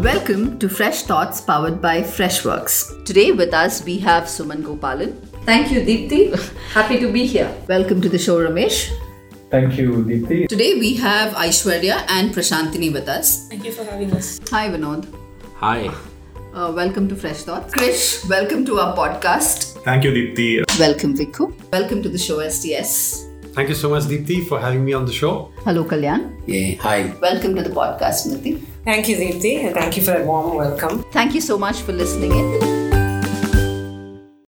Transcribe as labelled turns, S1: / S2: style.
S1: to Fresh Thoughts powered by Freshworks.
S2: Today with us we have Suman Gopalan.
S3: Thank you, Deepthi. Happy to be here.
S1: Welcome to the show, Ramesh.
S4: Thank you, Deepthi.
S1: Today we have Aishwarya and Prashantini with us.
S5: Thank you for having us.
S1: Hi, Vinod.
S6: Hi.
S1: Uh, welcome to Fresh Thoughts. Krish, welcome to our podcast.
S7: Thank you, Deepthi.
S1: Welcome, Vikku. Welcome to the show, STS.
S6: Thank you so much, Deepthi, for having me on the show.
S1: Hello, Kalyan.
S6: Yeah, hi.
S1: Welcome to the podcast, Niti.
S3: Thank you, Deepthi, and thank you for a warm welcome.
S2: Thank you so much for listening in.